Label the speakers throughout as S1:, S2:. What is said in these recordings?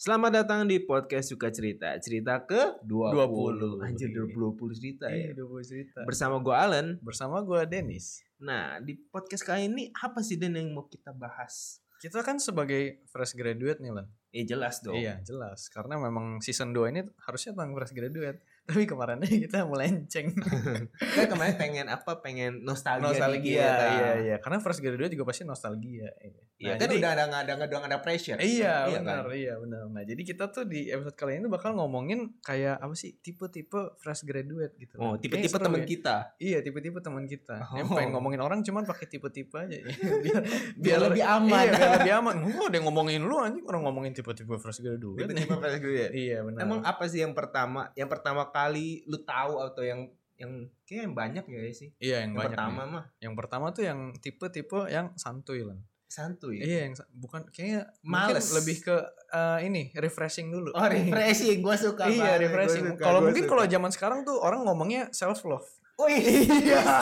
S1: Selamat datang di podcast Suka Cerita. Cerita ke 20.
S2: 20.
S1: Anjir 20 cerita
S2: Iya,
S1: ya.
S2: udah bawa cerita.
S1: Bersama gue Alan.
S2: Bersama gue Dennis.
S1: Nah, di podcast kali ini apa sih Den yang mau kita bahas?
S2: Kita kan sebagai fresh graduate nih, Lan.
S1: Ya jelas dong.
S2: Iya, jelas. Karena memang season 2 ini harusnya tentang fresh graduate. Tapi kemarin aja kita melenceng.
S1: Kita kemarin pengen apa? Pengen nostalgia. dikit,
S2: nostalgia.
S1: ah.
S2: Iya, iya. Karena fresh graduate juga pasti nostalgia. Iya.
S1: Iya,
S2: Nah,
S1: kan
S2: jadi-
S1: udah ada nggak ada nggak ada pressure.
S2: Iya,
S1: kan?
S2: benar, iya, benar. Nah, jadi kita tuh di episode kali ini bakal ngomongin kayak apa sih tipe-tipe fresh graduate gitu.
S1: Oh,
S2: Lan.
S1: tipe-tipe
S2: Kayaknya seru
S1: teman
S2: ya.
S1: kita.
S2: Iya, tipe-tipe teman kita. Yang
S1: Oh.
S2: pengen ngomongin orang cuman pakai tipe-tipe aja. Iya, biar,
S1: Biar lebih aman.
S2: Iya, biar lebih aman. Gua ada yang ngomongin lu anjing orang ngomongin tipe-tipe fresh graduate.
S1: Tipe-tipe fresh graduate.
S2: Iya, benar.
S1: Emang apa sih yang pertama? Yang pertama kali lu tahu atau yang yang kayak yang banyak ya sih?
S2: iya
S1: Yang
S2: yang, banyak.
S1: pertama
S2: nih.
S1: mah
S2: Yang pertama tuh yang tipe-tipe yang santuy lan.
S1: santuy.
S2: Iya, yang sa- bukan kayaknya mungkin
S1: Males.
S2: lebih ke eh, ini refreshing dulu.
S1: Oh refreshing, gue suka
S2: iya,
S1: banget, gua
S2: refreshing.
S1: suka,
S2: Kalau
S1: gua
S2: mungkin
S1: suka.
S2: kalau zaman sekarang tuh orang ngomongnya self love.
S1: Wih,
S2: Iya.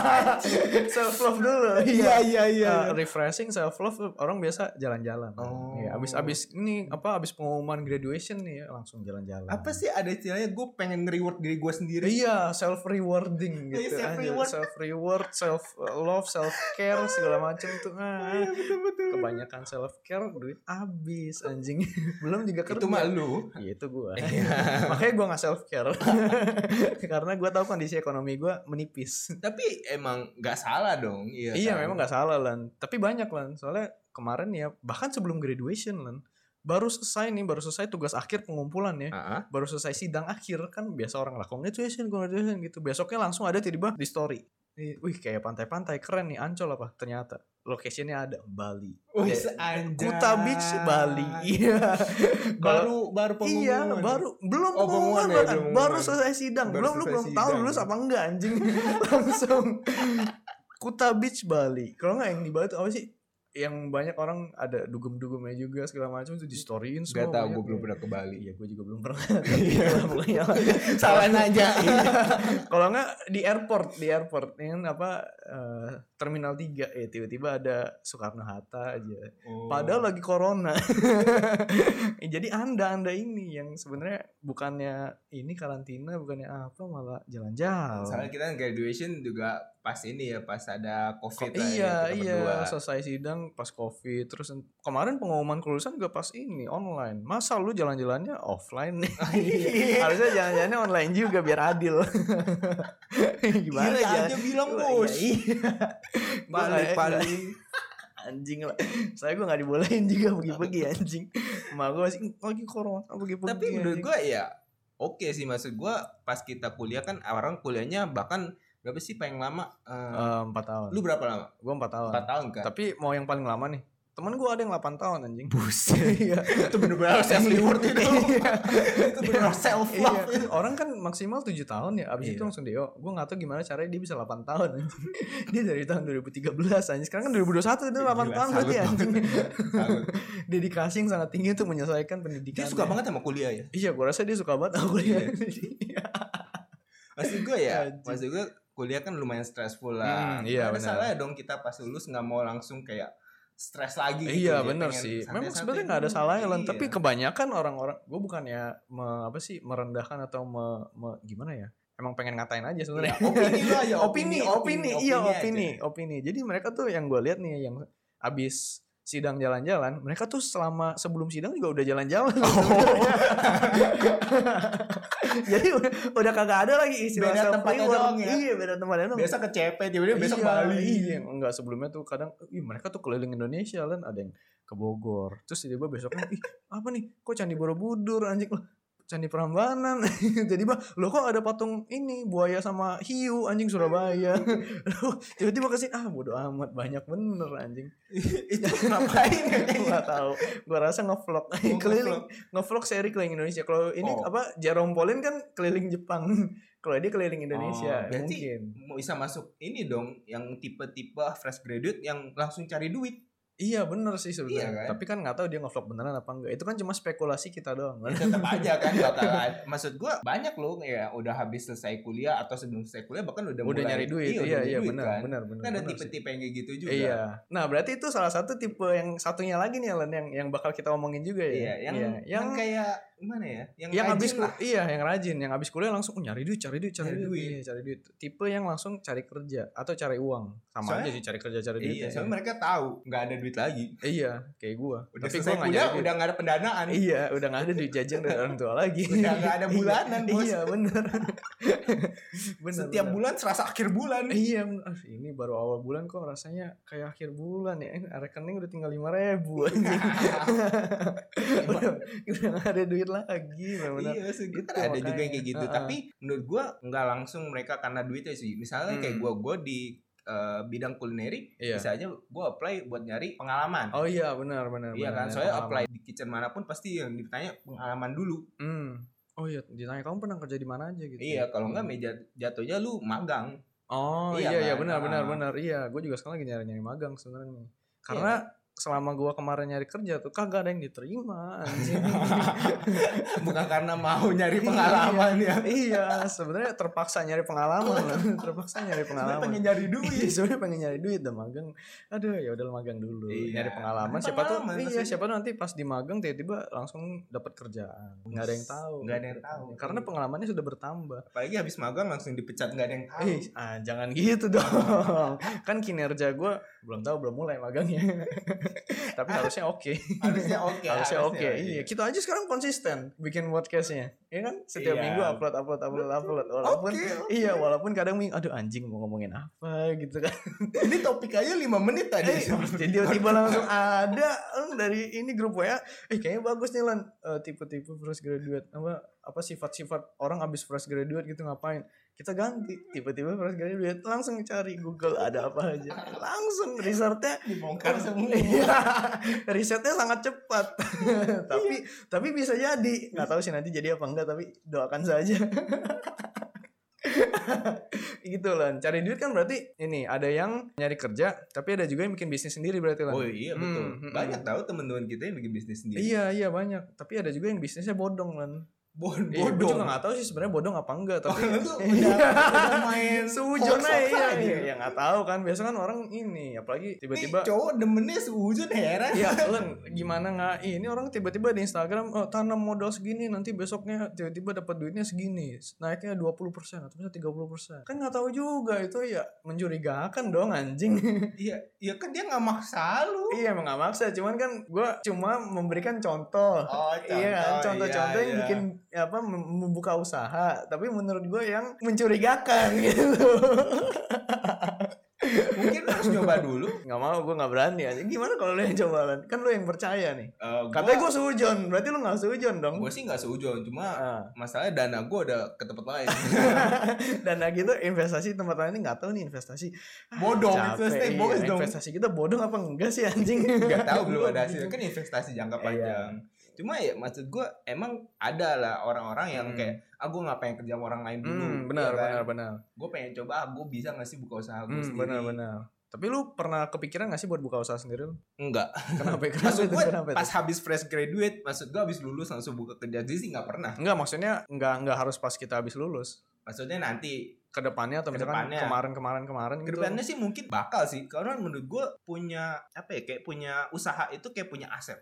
S2: self love dulu.
S1: iya iya iya.
S2: Eh, refreshing self love orang biasa jalan-jalan.
S1: Oh.
S2: Iya, abis abis ini apa abis pengumuman graduation nih ya, langsung jalan-jalan.
S1: Apa sih ada istilahnya gue pengen nge-reward diri gue sendiri.
S2: Iya, self rewarding
S1: Iya,
S2: gitu.
S1: self-reward.
S2: Self reward, self love, self care segala macem tuh. Ah,
S1: betul betul.
S2: kebanyakan self care duit habis anjing. Belum juga kerja.
S1: Itu mah Iya. lu.
S2: Iya, itu gua. Makanya gua nggak self care. Karena gua tahu kondisi ekonomi gua menipis.
S1: Tapi emang nggak salah dong. Iya.
S2: Iya
S1: kan?
S2: memang nggak salah Lan Tapi banyak Lan Soalnya kemarin ya Bahkan sebelum graduation Lan Baru selesai nih Baru selesai tugas akhir pengumpulan ya
S1: Ah, ah.
S2: Baru selesai sidang akhir Kan biasa orang lakukan graduation graduation gitu Besoknya langsung ada tiba-tiba di story Ih, Wih kayak pantai-pantai keren nih Ancol apa ternyata Lokasinya ada Bali
S1: Wih,
S2: Ya,
S1: seanjay.
S2: Kuta Beach Bali Iya Kalau-
S1: Baru baru pengumuman. ya?
S2: Iya baru Belum
S1: Oh, pengumuman
S2: pengumuman
S1: ya,
S2: bahkan.
S1: belum
S2: Baru
S1: pengumuman.
S2: selesai sidang
S1: Baru
S2: Belum lu
S1: selesai
S2: belum tahu
S1: sidang.
S2: lulus apa enggak anjing Langsung Kuta Beach Bali Kalau enggak yang di Bali itu apa sih Yang banyak orang ada dugem-dugemnya juga segala macam itu di storyin
S1: Gak
S2: semua
S1: tau
S2: banyak
S1: gue belum
S2: ya.
S1: pernah ke Bali.
S2: Iya gue juga belum pernah Tapi itulah pokoknya.
S1: Salah aja.
S2: Iya. Kalau enggak di airport Di airport Yang apa eh, Terminal 3 ya tiba-tiba ada Soekarno-Hatta aja
S1: Oh.
S2: Padahal lagi corona. Eh, Jadi anda anda ini yang sebenarnya bukannya ini karantina bukannya apa malah
S1: Soalnya
S2: jalan-jalan.
S1: kita graduation juga pas ini ya pas ada covid
S2: Ko-
S1: lah ya,
S2: iya
S1: kita berdua.
S2: iya selesai sidang pas covid terus en- kemarin pengumuman kelulusan juga pas ini online masa lu jalan-jalannya offline nih
S1: Iya.
S2: harusnya jalan-jalannya online juga biar adil gimana
S1: Iya,
S2: jalan-
S1: aja bilang
S2: Iya,
S1: bos.
S2: iya. Gua
S1: Balik
S2: nggak-
S1: paling.
S2: anjing lah saya gue nggak dibolehin juga pergi-pergi anjing emak gue masih lagi corona pergi-pergi
S1: Tapi menurut
S2: anjing."
S1: gue ya oke sih maksud gue pas kita kuliah kan orang kuliahnya bahkan berapa sih paling lama? Eh,
S2: Eh, empat tahun
S1: lu berapa lama?
S2: gue empat tahun
S1: Empat tahun kan?
S2: tapi mau yang paling lama nih temen gue ada yang 8 tahun anjing buset iya
S1: itu bener-bener self reward itu.
S2: Iya.
S1: itu bener self
S2: iya
S1: love.
S2: orang kan maksimal 7 tahun ya abis itu
S1: Iya.
S2: langsung deo gue gak tau gimana caranya dia bisa 8 tahun anjing dia dari tahun 2013 anjing sekarang kan 2021 dia
S1: Gila,
S2: 8 tahun
S1: salut
S2: berarti
S1: banget.
S2: anjing
S1: Salut.
S2: dedikasi yang sangat tinggi untuk menyelesaikan pendidikan
S1: Dia suka banget sama kuliah ya.
S2: iya gue rasa dia suka banget aku kuliah
S1: Maksud gue ya,
S2: Anjing.
S1: maksud gue kuliah kan lumayan stressful lah.
S2: Hmm,
S1: Nggak
S2: iya,
S1: ada
S2: benar.
S1: salahnya dong kita pas lulus nggak mau langsung kayak stres lagi gitu.
S2: Iya
S1: Jadi
S2: benar
S1: pengen
S2: sih. Memang
S1: santai-santai
S2: sebenarnya nggak ada
S1: dulu.
S2: salahnya Lan,
S1: Iya.
S2: tapi kebanyakan orang-orang gue bukannya me- apa sih merendahkan atau me- me- gimana ya? Emang pengen ngatain aja
S1: Ya,
S2: sebenarnya.
S1: opini lah ya
S2: Iya, opini, opini, iya
S1: aja.
S2: opini, opini. Jadi mereka tuh yang gue lihat nih yang abis sidang jalan-jalan, mereka tuh selama sebelum sidang juga udah jalan-jalan. Oh. Jadi udah, udah kagak ada lagi istilah
S1: Beda
S2: self
S1: tempatnya
S2: reward.
S1: doang ya.
S2: Iya beda tempatnya doang.
S1: Biasa ke CP, tiba-tiba besok
S2: Iya,
S1: Bali.
S2: Iya, enggak sebelumnya tuh kadang ih mereka tuh keliling Indonesia lan ada yang ke Bogor. Terus tiba-tiba besoknya ih apa nih kok Candi Borobudur anjing lah Candi Prambanan. Tiba-tiba lo kok ada patung ini buaya sama hiu anjing Surabaya. Loh, Tiba-tiba ke sini ah bodo amat banyak bener anjing.
S1: itu ngapain ya?
S2: Gua tahu. Gua rasa ngevlog keliling
S1: Ngevlog.
S2: ngevlog seri keliling Indonesia. Kalau ini
S1: Oh.
S2: apa Jerome Pauline kan keliling Jepang. Kalau dia keliling Indonesia
S1: Oh, berarti-
S2: mungkin.
S1: Mau bisa masuk ini dong yang tipe-tipe fresh graduate yang langsung cari duit
S2: Iya bener sih
S1: Iya
S2: sebenarnya.
S1: kan?
S2: Tapi kan nggak tahu dia ngevlog beneran apa enggak. Itu kan cuma spekulasi kita doang kan.
S1: tetap aja kan bakalan maksud gua banyak loh ya udah habis selesai kuliah atau sebelum selesai kuliah bahkan udah, mulai-
S2: Udah nyari duit.
S1: udah
S2: Iya
S1: nyari
S2: iya
S1: duit
S2: benar
S1: kan.
S2: benar benar.
S1: Kan ada
S2: benar sih.
S1: tipe-tipe yang kayak gitu juga
S2: Iya. Nah, berarti itu salah satu tipe yang satunya lagi nih Alan yang yang bakal kita omongin juga ya.
S1: Iya, yang,
S2: Iya,
S1: yang
S2: yang
S1: kayak gimana ya? Yang,
S2: yang
S1: rajin
S2: habis
S1: lah.
S2: kul- iya yang rajin yang habis kuliah langsung "Oh, nyari duit cari duit cari,
S1: Cari
S2: duit,
S1: duit.
S2: Iya, cari duit tipe yang langsung cari kerja atau cari uang sama
S1: Soalnya-
S2: aja sih cari kerja cari duit
S1: Iya,
S2: ya.
S1: soalnya mereka tahu nggak ada duit lagi.
S2: iya kayak gua
S1: Udah
S2: tapi gua
S1: selesai
S2: nggak
S1: kuliah,
S2: nyari duit.
S1: udah nggak ada pendanaan.
S2: iya udah nggak ada duit jajan dari orang tua lagi
S1: Udah nggak ada bulanan, Bos.
S2: iya bener bener
S1: Setiap
S2: bener.
S1: bulan serasa akhir bulan.
S2: Iya, bener. Ah, ini baru awal bulan kok rasanya kayak akhir bulan ya. Rekening udah tinggal lima
S1: Iya.
S2: ribu anjing. udah, udah gak ada duit lagi, benar.
S1: Iya, maksud gua kan
S2: Itu
S1: ada juga yang
S2: makanya.
S1: kayak gitu.
S2: Heeh.
S1: Tapi menurut gua nggak langsung mereka karena duitnya sih. Misalnya kayak
S2: Hmm.
S1: gua gua di eh, bidang kulineri,
S2: Iya.
S1: bisa aja gua apply buat nyari pengalaman.
S2: Oh iya, benar benar.
S1: Iya
S2: benar,
S1: kan,
S2: ada
S1: soalnya
S2: pengalaman.
S1: apply di kitchen manapun pasti yang ditanya pengalaman dulu.
S2: Hmm. Oh iya, ditanya kamu pernah kerja di mana aja gitu.
S1: Iya, kalau nggak
S2: Hmm.
S1: meja jatuhnya lu magang.
S2: Oh
S1: Iya
S2: iya iya
S1: kan?
S2: benar benar
S1: Ah.
S2: benar. Iya, gue juga sekarang lagi nyari-nyari magang sebenarnya. nih. Karena
S1: Iya.
S2: selama gua kemarin nyari kerja tuh kagak ada yang diterima anjing.
S1: bukan karena mau nyari pengalaman ya
S2: iya, sebenarnya terpaksa nyari pengalaman. lah. terpaksa nyari
S1: Sebenarnya
S2: pengalaman.
S1: pengen nyari
S2: Iya
S1: duit
S2: sebenarnya pengen nyari duit dan magang. Aduh ya udah magang dulu.
S1: Iya.
S2: Nyari pengalaman.
S1: Nyari
S2: Siapa
S1: pengalaman,
S2: tuh? Iya
S1: maksudnya.
S2: siapa tuh nanti pas di magang tiba-tiba langsung dapat kerjaan. Nggak ada yang tahu.
S1: Nggak ada yang tahu.
S2: Karena pengalamannya sudah bertambah.
S1: apalagi habis magang langsung dipecat nggak ada yang tahu
S2: Eh ah, jangan gitu dong. kan kinerja gue belum tahu belum mulai magangnya. Tapi harusnya oke.
S1: harusnya oke
S2: harusnya oke. Iya kita aja sekarang konsisten bikin podcastnya. Iya kan setiap
S1: Iya.
S2: minggu upload upload upload upload. Walaupun
S1: Oke, oke.
S2: Iya, walaupun kadang ming, aduh anjing mau ngomongin apa gitu kan.
S1: ini topik aja 5 menit tadi
S2: Eh, jadi tiba-tiba langsung ada em, dari ini grup WA eh kayaknya bagus nih lan Eh, tipe-tipe fresh graduate apa apa sifat-sifat orang abis fresh graduate gitu ngapain kita ganti tiba-tiba fresh graduate langsung cari Google ada apa aja langsung risetnya
S1: dibongkar semua
S2: Iya, risetnya sangat cepat tapi tapi bisa jadi nggak tahu sih nanti jadi apa enggak tapi doakan saja gitu lan cari duit kan berarti ini ada yang nyari kerja tapi ada juga yang bikin bisnis sendiri berarti lan
S1: oh iya betul
S2: Hmm, hmm,
S1: banyak
S2: hmm.
S1: tahu teman-teman kita yang bikin bisnis sendiri
S2: Iya iya banyak. Tapi ada juga yang bisnisnya bodong kan.
S1: Bon-
S2: Iya, gue juga
S1: bodoh
S2: nggak tahu sih sebenarnya bodong apa enggak. Tapi
S1: Orang tuh
S2: Iya.
S1: udah, udah main
S2: Sujon
S1: hoax
S2: aja iya,
S1: apa
S2: iya,
S1: aja.
S2: ya nggak tahu kan. Biasa kan orang ini
S1: Ini
S2: apalagi tiba-tiba.
S1: cowok demennya sujud heran
S2: Iya, Len, gimana nggak? Ih, Ini orang tiba-tiba di Instagram oh, tanam modal segini, nanti besoknya tiba-tiba dapat duitnya segini, naiknya 20% atau bisa 30%. Kan nggak tahu juga itu ya mencurigakan dong anjing.
S1: iya iya kan dia nggak maksa lu
S2: iya, emang nggak maksa, cuman kan gua cuma memberikan contoh.
S1: oh
S2: Iya kan, contoh-contoh
S1: iya,
S2: yang
S1: iya.
S2: bikin apa mem- membuka usaha, tapi menurut gue yang mencurigakan gitu.
S1: mungkin lu harus coba dulu
S2: nggak mau, gue nggak berani aja. Gimana kalau lu yang coba Lan? Kan lu yang percaya nih.
S1: Eh, gua-
S2: Katanya gue sujon, berarti lu nggak sujon dong.
S1: gue sih nggak seujung cuma
S2: Ah.
S1: masalahnya dana gue udah ke tempat lain
S2: Dan lagi tuh investasi tempat lain ini nggak tahu nih investasi.
S1: bodong
S2: Capek,
S1: Oh, investasi
S2: iya.
S1: bohong dong
S2: Investasi kita bodong apa enggak sih anjing? Hmm,
S1: nggak tahu belum ada hasil kan investasi jangka
S2: Iya.
S1: panjang cuma ya maksud gue emang ada lah orang-orang yang
S2: Hmm.
S1: kayak ah gue nggak pengen kerja sama orang lain Kan dulu iya
S2: Hmm, benar, benar, benar.
S1: gue pengen coba ah gue bisa nggak sih buka usaha gue
S2: Hmm,
S1: sendiri
S2: benar, benar. Tapi lu pernah kepikiran gak sih buat buka usaha sendiri? lu?
S1: enggak
S2: Kenapa? Kenapa
S1: maksud
S2: itu?
S1: gue
S2: Kenapa itu?
S1: pas habis fresh graduate maksud gue habis lulus langsung buka kerja jadi sih nggak pernah
S2: Enggak maksudnya enggak enggak harus pas kita habis lulus.
S1: maksudnya nanti
S2: Ke depannya atau misalkan
S1: Kedepannya.
S2: kemarin kemarin kemarin gitu.
S1: kedepannya sih mungkin bakal sih karena menurut gue punya apa ya kayak punya usaha itu kayak punya aset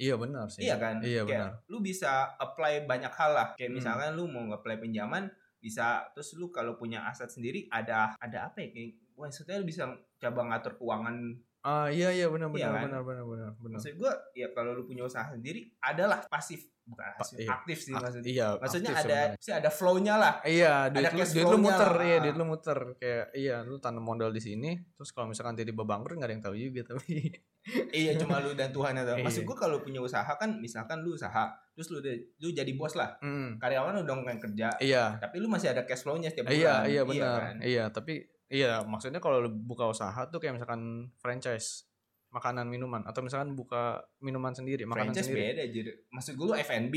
S2: Iya benar sih.
S1: Iya kan?
S2: Iya
S1: Kayak
S2: benar.
S1: Lu bisa apply banyak hal lah. Kayak
S2: Hmm.
S1: misalkan lu mau apply pinjaman bisa terus lu kalau punya aset sendiri ada ada apa ya kayak maksudnya lu bisa coba ngatur keuangan
S2: Ah iya iya benar
S1: Iya
S2: benar
S1: kan?
S2: benar benar benar benar.
S1: maksud gua ya kalau lu punya usaha sendiri adalah pasif bukan pasif,
S2: iya.
S1: aktif sih
S2: Ah,
S1: maksudnya
S2: iya.
S1: maksudnya
S2: aktif
S1: ada
S2: sebenarnya.
S1: sih ada flow-nya lah
S2: Iya, duit
S1: ada
S2: lu,
S1: cash
S2: duit lu
S1: flow-nya
S2: muter,
S1: lah.
S2: iya duit lu muter kayak iya lu tanam modal di sini, terus kalau misalkan tiba-tiba bangkrut nggak ada yang tahu juga tapi
S1: iya cuma lu dan Tuhan ada
S2: Iya.
S1: maksud gua kalau punya usaha kan misalkan lu usaha terus lu udah- lu jadi bos lah
S2: Hmm,
S1: karyawan udah nggak kerja
S2: Iya,
S1: tapi lu masih ada cash flow-nya setiap bulan
S2: iya iya benar.
S1: kan?
S2: Iya, tapi iya maksudnya kalau lu buka usaha tuh kayak misalkan franchise makanan minuman atau misalkan buka minuman sendiri, makanan
S1: franchise
S2: sendiri.
S1: beda jadi maksud gua lu F&B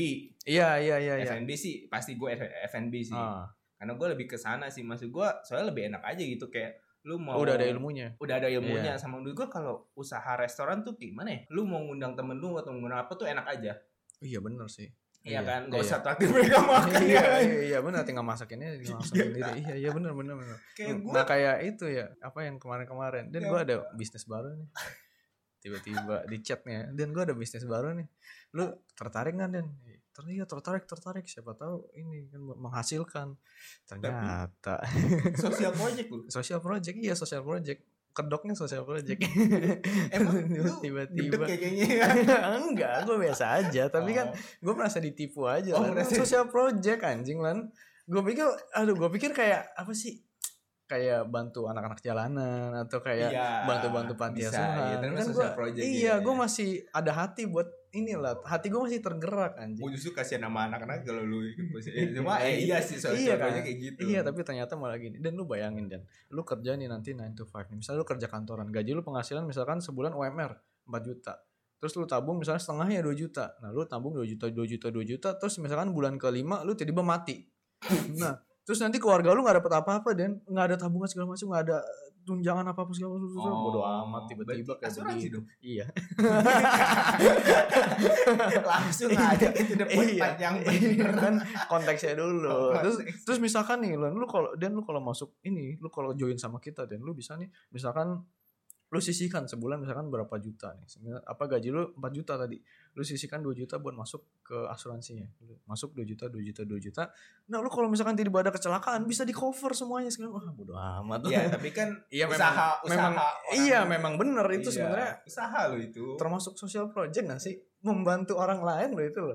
S2: Iya, iya, iya, iya.
S1: F&B sih pasti gue F- F&B sih
S2: Ah,
S1: karena gue lebih ke sana sih maksud gue soalnya lebih enak aja gitu kayak lu mau
S2: Oh, udah ada Iya. ilmunya.
S1: udah ada ilmunya sama menurut gua kalau usaha restoran tuh gimana ya lu mau ngundang temen lu atau ngundang apa tuh enak aja
S2: Oh, iya bener sih.
S1: Iya
S2: Iya,
S1: kan gak
S2: iya.
S1: usah traktir mereka makan
S2: iya,
S1: ya
S2: iya, iya bener tinggal masakinnya tinggal langsung
S1: Iya.
S2: sendiri. Iya, iya bener bener bener.
S1: kayak gua
S2: Nah, kayak itu ya, apa yang kemarin-kemarin. Dan
S1: Ya.
S2: gua ada bisnis baru nih. Tiba-tiba di chatnya, dan gua ada bisnis baru nih. Lu tertarik nggak Den? Ter- Iya tertarik tertarik siapa tahu ini kan menghasilkan ternyata
S1: sosial project lu
S2: social project iya social project kedoknya social project
S1: emang lu gede kayak
S2: tiba-tiba
S1: Oh, kayaknya ya
S2: enggak gue biasa aja tapi kan gue merasa ditipu aja
S1: Oh,
S2: Lan.
S1: merasa-
S2: social project anjing lan gue pikir aduh gue pikir kayak apa sih kayak bantu anak-anak jalanan atau kayak
S1: Iya,
S2: bantu-bantu panti
S1: bisa,
S2: asuhan
S1: iya, termasuk
S2: kan
S1: sosial
S2: gua-
S1: project
S2: iya
S1: gitu
S2: gue
S1: ya.
S2: masih ada hati buat inilah hati gue masih tergerak anjing
S1: Gua justru kasihan sama anak-anak kalau lu ikut posisi eh, cuma eh iya sih sosial
S2: Iya,
S1: project
S2: kan?
S1: kayak gitu
S2: Iya tapi ternyata malah gini Dan lu bayangin Dan Lu kerja nih nanti 9 to 5 nih. Misalnya lu kerja kantoran Gaji lu penghasilan misalkan sebulan UMR 4 juta Terus lu tabung misalnya setengahnya 2 juta Nah lu tabung 2 juta 2 juta 2 juta Terus misalkan bulan kelima lu tiba-tiba mati Nah Terus nanti keluarga lu gak dapet apa-apa Dan gak ada tabungan segala macam Gak ada tunjangan apa-apa segala macam
S1: Oh,
S2: Bodo amat tiba-tiba
S1: berarti
S2: kayak
S1: asuransi
S2: begini.
S1: dong
S2: Iya
S1: langsung aja itu the point
S2: Iya.
S1: part yang
S2: Iya
S1: bener
S2: kan konteksnya dulu.
S1: Konteks.
S2: terus terus misalkan nih Lan, lu kalau dan lu kalau masuk ini, lu kalau join sama kita dan lu bisa nih misalkan lu sisihkan sebulan misalkan berapa juta nih. Semil- Apa gaji lu 4 juta tadi. Lu sisihkan 2 juta buat masuk ke asuransinya. Lu Masuk 2 juta, 2 juta, 2 juta. Nah, lu kalau misalkan tidak ada kecelakaan bisa di-cover semuanya segala. Wah, bodo amat.
S1: Iya, tapi kan
S2: Iya,
S1: usaha, usaha
S2: memang
S1: orang.
S2: Iya, memang bener itu
S1: Iya,
S2: sebenarnya
S1: usaha lo itu.
S2: termasuk social project gak sih? Membantu orang lain loh itu loh.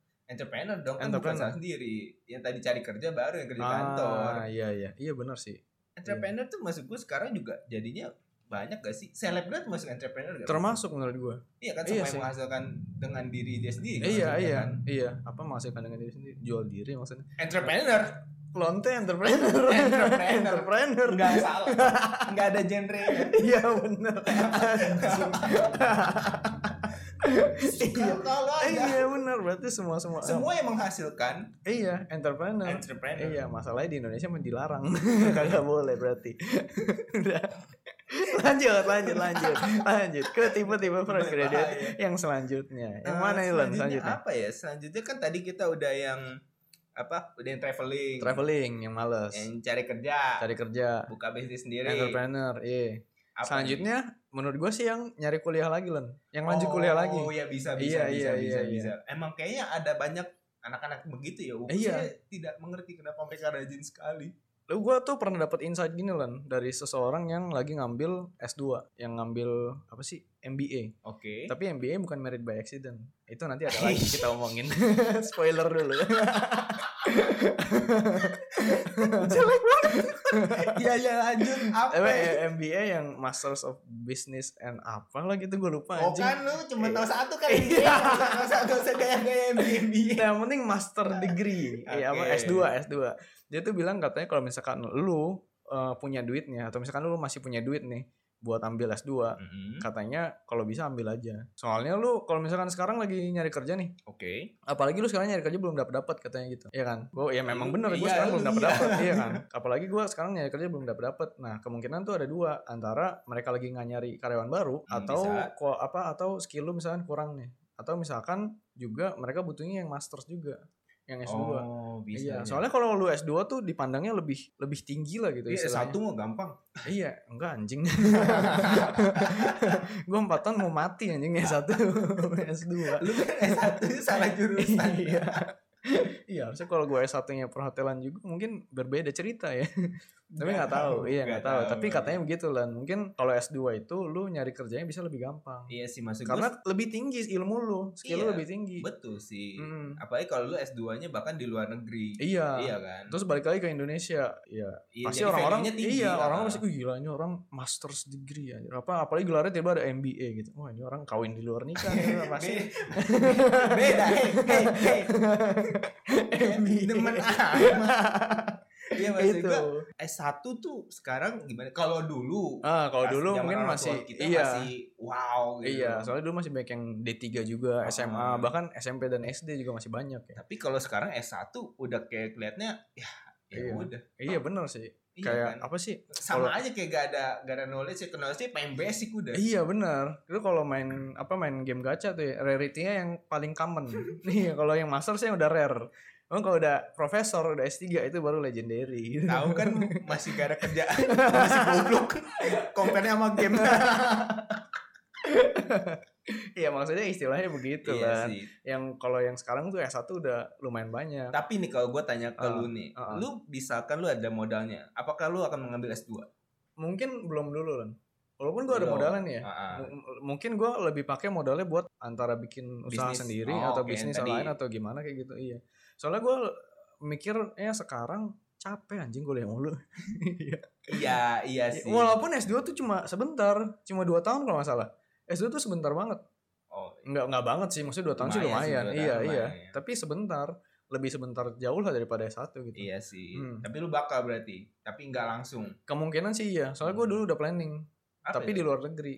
S1: Entrepreneur dong kan bukan
S2: Entrepreneur.
S1: usaha sendiri. Yang tadi cari kerja baru yang kerja kantor.
S2: Ah iya iya iya benar sih.
S1: Entrepreneur tuh maksud gue sekarang juga jadinya banyak gak sih? Selebgram tuh masuk entrepreneur gak?
S2: Termasuk menurut gue.
S1: Iya kan
S2: Iya
S1: semua
S2: sih.
S1: yang menghasilkan dengan diri dia sendiri. kan
S2: Iya
S1: maksudnya
S2: iya
S1: kan.
S2: iya apa menghasilkan dengan diri sendiri jual diri maksudnya.
S1: Entrepreneur
S2: Lonte entrepreneur
S1: Entrepreneur.
S2: entrepreneur
S1: nggak salah. nggak ada genre.
S2: Iya benar. Iya.
S1: Kalau ada
S2: Iya benar berarti semua semua
S1: semua yang menghasilkan
S2: Iya, entrepreneur.
S1: entrepreneur.
S2: Iya, masalahnya di Indonesia mah dilarang. Kagak boleh berarti. Udah. lanjut, lanjut, lanjut. Lanjut ke tipe-tipe
S1: Berbahaya.
S2: fresh graduate yang selanjutnya. Yang
S1: Eh,
S2: mana nih, Lan, selanjutnya?
S1: Selanjutnya apa ya? Selanjutnya kan tadi kita udah yang apa? Udah yang traveling,
S2: Traveling yang males.
S1: yang cari kerja,
S2: Cari kerja.
S1: buka bisnis sendiri.
S2: Entrepreneur, iya.
S1: Apa
S2: Selanjutnya menurut gua sih yang nyari kuliah lagi, Lan. Yang
S1: nih?
S2: lanjut kuliah lagi.
S1: Oh iya bisa bisa bisa
S2: Iya, iya,
S1: bisa
S2: iya,
S1: bisa. Emang kayaknya ada banyak anak-anak begitu ya. Aku
S2: Iya.
S1: sih tidak mengerti kenapa mereka rajin sekali.
S2: Lu gua tuh pernah dapat insight gini, Lan, dari seseorang yang lagi ngambil S2, yang ngambil apa sih? MBA.
S1: Oke.
S2: Tapi MBA bukan married by accident. Itu nanti ada lagi kita omongin. Spoiler dulu.
S1: Iya iya lanjut apa?
S2: Tapi
S1: ya?
S2: MBA yang Masters of Business and apa lah gitu gue lupa
S1: Oh
S2: anjing.
S1: kan lu cuma
S2: Eh.
S1: tahu satu kan?
S2: Iya.
S1: Iya. Tahu satu saya gaya gaya MBA.
S2: Yang penting master degree. Iya apa
S1: Oke.
S2: S2, S2. Dia tuh bilang katanya kalau misalkan lu eh, punya duitnya atau misalkan lu masih punya duit nih buat ambil S2,
S1: Mm-hmm,
S2: katanya kalau bisa ambil aja. Soalnya lu kalau misalkan sekarang lagi nyari kerja nih,
S1: Oke.
S2: apalagi lu sekarang nyari kerja belum dapat dapat katanya gitu Iya kan gue ya memang
S1: Lu-
S2: bener gue
S1: iya,
S2: sekarang
S1: lu
S2: belum dapat
S1: iya.
S2: dapat iya kan apalagi gue sekarang nyari kerja belum dapat dapat nah kemungkinan tuh ada dua antara mereka lagi nggak nyari karyawan baru
S1: Hmm,
S2: atau
S1: bisa.
S2: ko- apa atau skill lu misalkan kurang nih atau misalkan juga mereka butuhnya yang masters juga yang S2
S1: Oh bisa.
S2: iya, soalnya kalau lu S2 tuh dipandangnya lebih lebih tinggi lah gitu
S1: Iya,
S2: istilahnya.
S1: satu mau gampang.
S2: Iya, enggak anjing. gua empat tahun mau mati anjing S1, S2.
S1: Lu kan S1 salah jurusan.
S2: iya. Iya, harusnya kalau gue S1-nya perhotelan juga mungkin berbeda cerita ya. tapi
S1: Nggak
S2: nggak tahu
S1: tahu,
S2: iya
S1: nggak
S2: nggak tahu
S1: tahu.
S2: tapi katanya begitu lah mungkin kalau S2 itu lu nyari kerjanya bisa lebih gampang
S1: Iya sih maksud
S2: karena
S1: Karena,
S2: lebih tinggi ilmu lu skill lu
S1: Iya,
S2: lebih tinggi
S1: betul sih.
S2: Mm.
S1: Apalagi kalau lu S2-nya bahkan di luar negeri.
S2: iya
S1: Iya kan?
S2: terus balik lagi ke Indonesia ya
S1: Iya,
S2: pasti
S1: jadi
S2: orang-orang
S1: value-nya tinggi
S2: iya
S1: lah.
S2: orang pasti "Wih, gila ini orang master's degree ya apa apalagi gelarnya tiba ada MBA gitu wah ini orang kawin di luar nikah nih, orang pasti
S1: Be- beda hey hey hey demen amat iya maksud
S2: itu
S1: gua S1 tuh sekarang gimana kalau dulu
S2: ah kalau
S1: pas
S2: dulu
S1: zaman
S2: mungkin
S1: orang tua
S2: masih
S1: kita
S2: iya
S1: masih wow gitu
S2: iya soalnya dulu masih banyak yang D3 juga
S1: Ah.
S2: SMA bahkan SMP dan SD juga masih banyak ya
S1: tapi kalau sekarang S1 udah kayak kelihatnya ya ya
S2: Iya.
S1: udah
S2: iya bener sih
S1: Iya
S2: kayak
S1: kan?
S2: apa sih
S1: sama
S2: kalau-
S1: aja kayak gak ada gak ada knowledge ya knowledge pengen basic udah
S2: Iya benar. Itu kalau main apa main game gacha tuh ya, rarity-nya yang paling common. Nih kalau yang master sih yang udah rare. Emang kalau udah profesor udah S3 itu baru legendary. gitu.
S1: tahu kan masih gak ada kerjaan masih goblok compare sama game
S2: Iya maksudnya istilahnya begitu
S1: Iya
S2: kan.
S1: sih
S2: Yang kalau yang sekarang tuh S1 udah lumayan banyak.
S1: Tapi nih kalau gue tanya ke
S2: Ah,
S1: lu nih,
S2: ah, ah.
S1: lu misalkan lu ada modalnya, apakah lu akan mengambil S2?
S2: Mungkin belum dulu kan. Walaupun gua ada
S1: Belum.
S2: modalnya nih ya.
S1: Ah, ah.
S2: M- mungkin gua lebih pakai modalnya buat antara bikin usaha
S1: Bisnis.
S2: sendiri
S1: Oh,
S2: atau
S1: oke, yang
S2: bisnis
S1: tadi.
S2: lain atau gimana kayak gitu iya soalnya gua mikir ya sekarang capek anjing kuliah mulu Iya.
S1: Iya, iya sih.
S2: Ya, walaupun S2 tuh cuma sebentar cuma dua tahun kalau nggak salah S2 tuh sebentar banget
S1: Oh,
S2: nggak nggak banget sih maksudnya dua tahun sih
S1: Lumayan sih,
S2: lumayan
S1: dua
S2: iya
S1: tahun
S2: iya
S1: lumayan.
S2: tapi sebentar lebih sebentar jauh lah daripada S1 gitu
S1: iya sih.
S2: Hmm.
S1: Tapi lu bakal berarti, tapi nggak langsung.
S2: kemungkinan sih iya soalnya gua dulu udah planning
S1: Hmm. Apa
S2: tapi
S1: ya?
S2: di luar negeri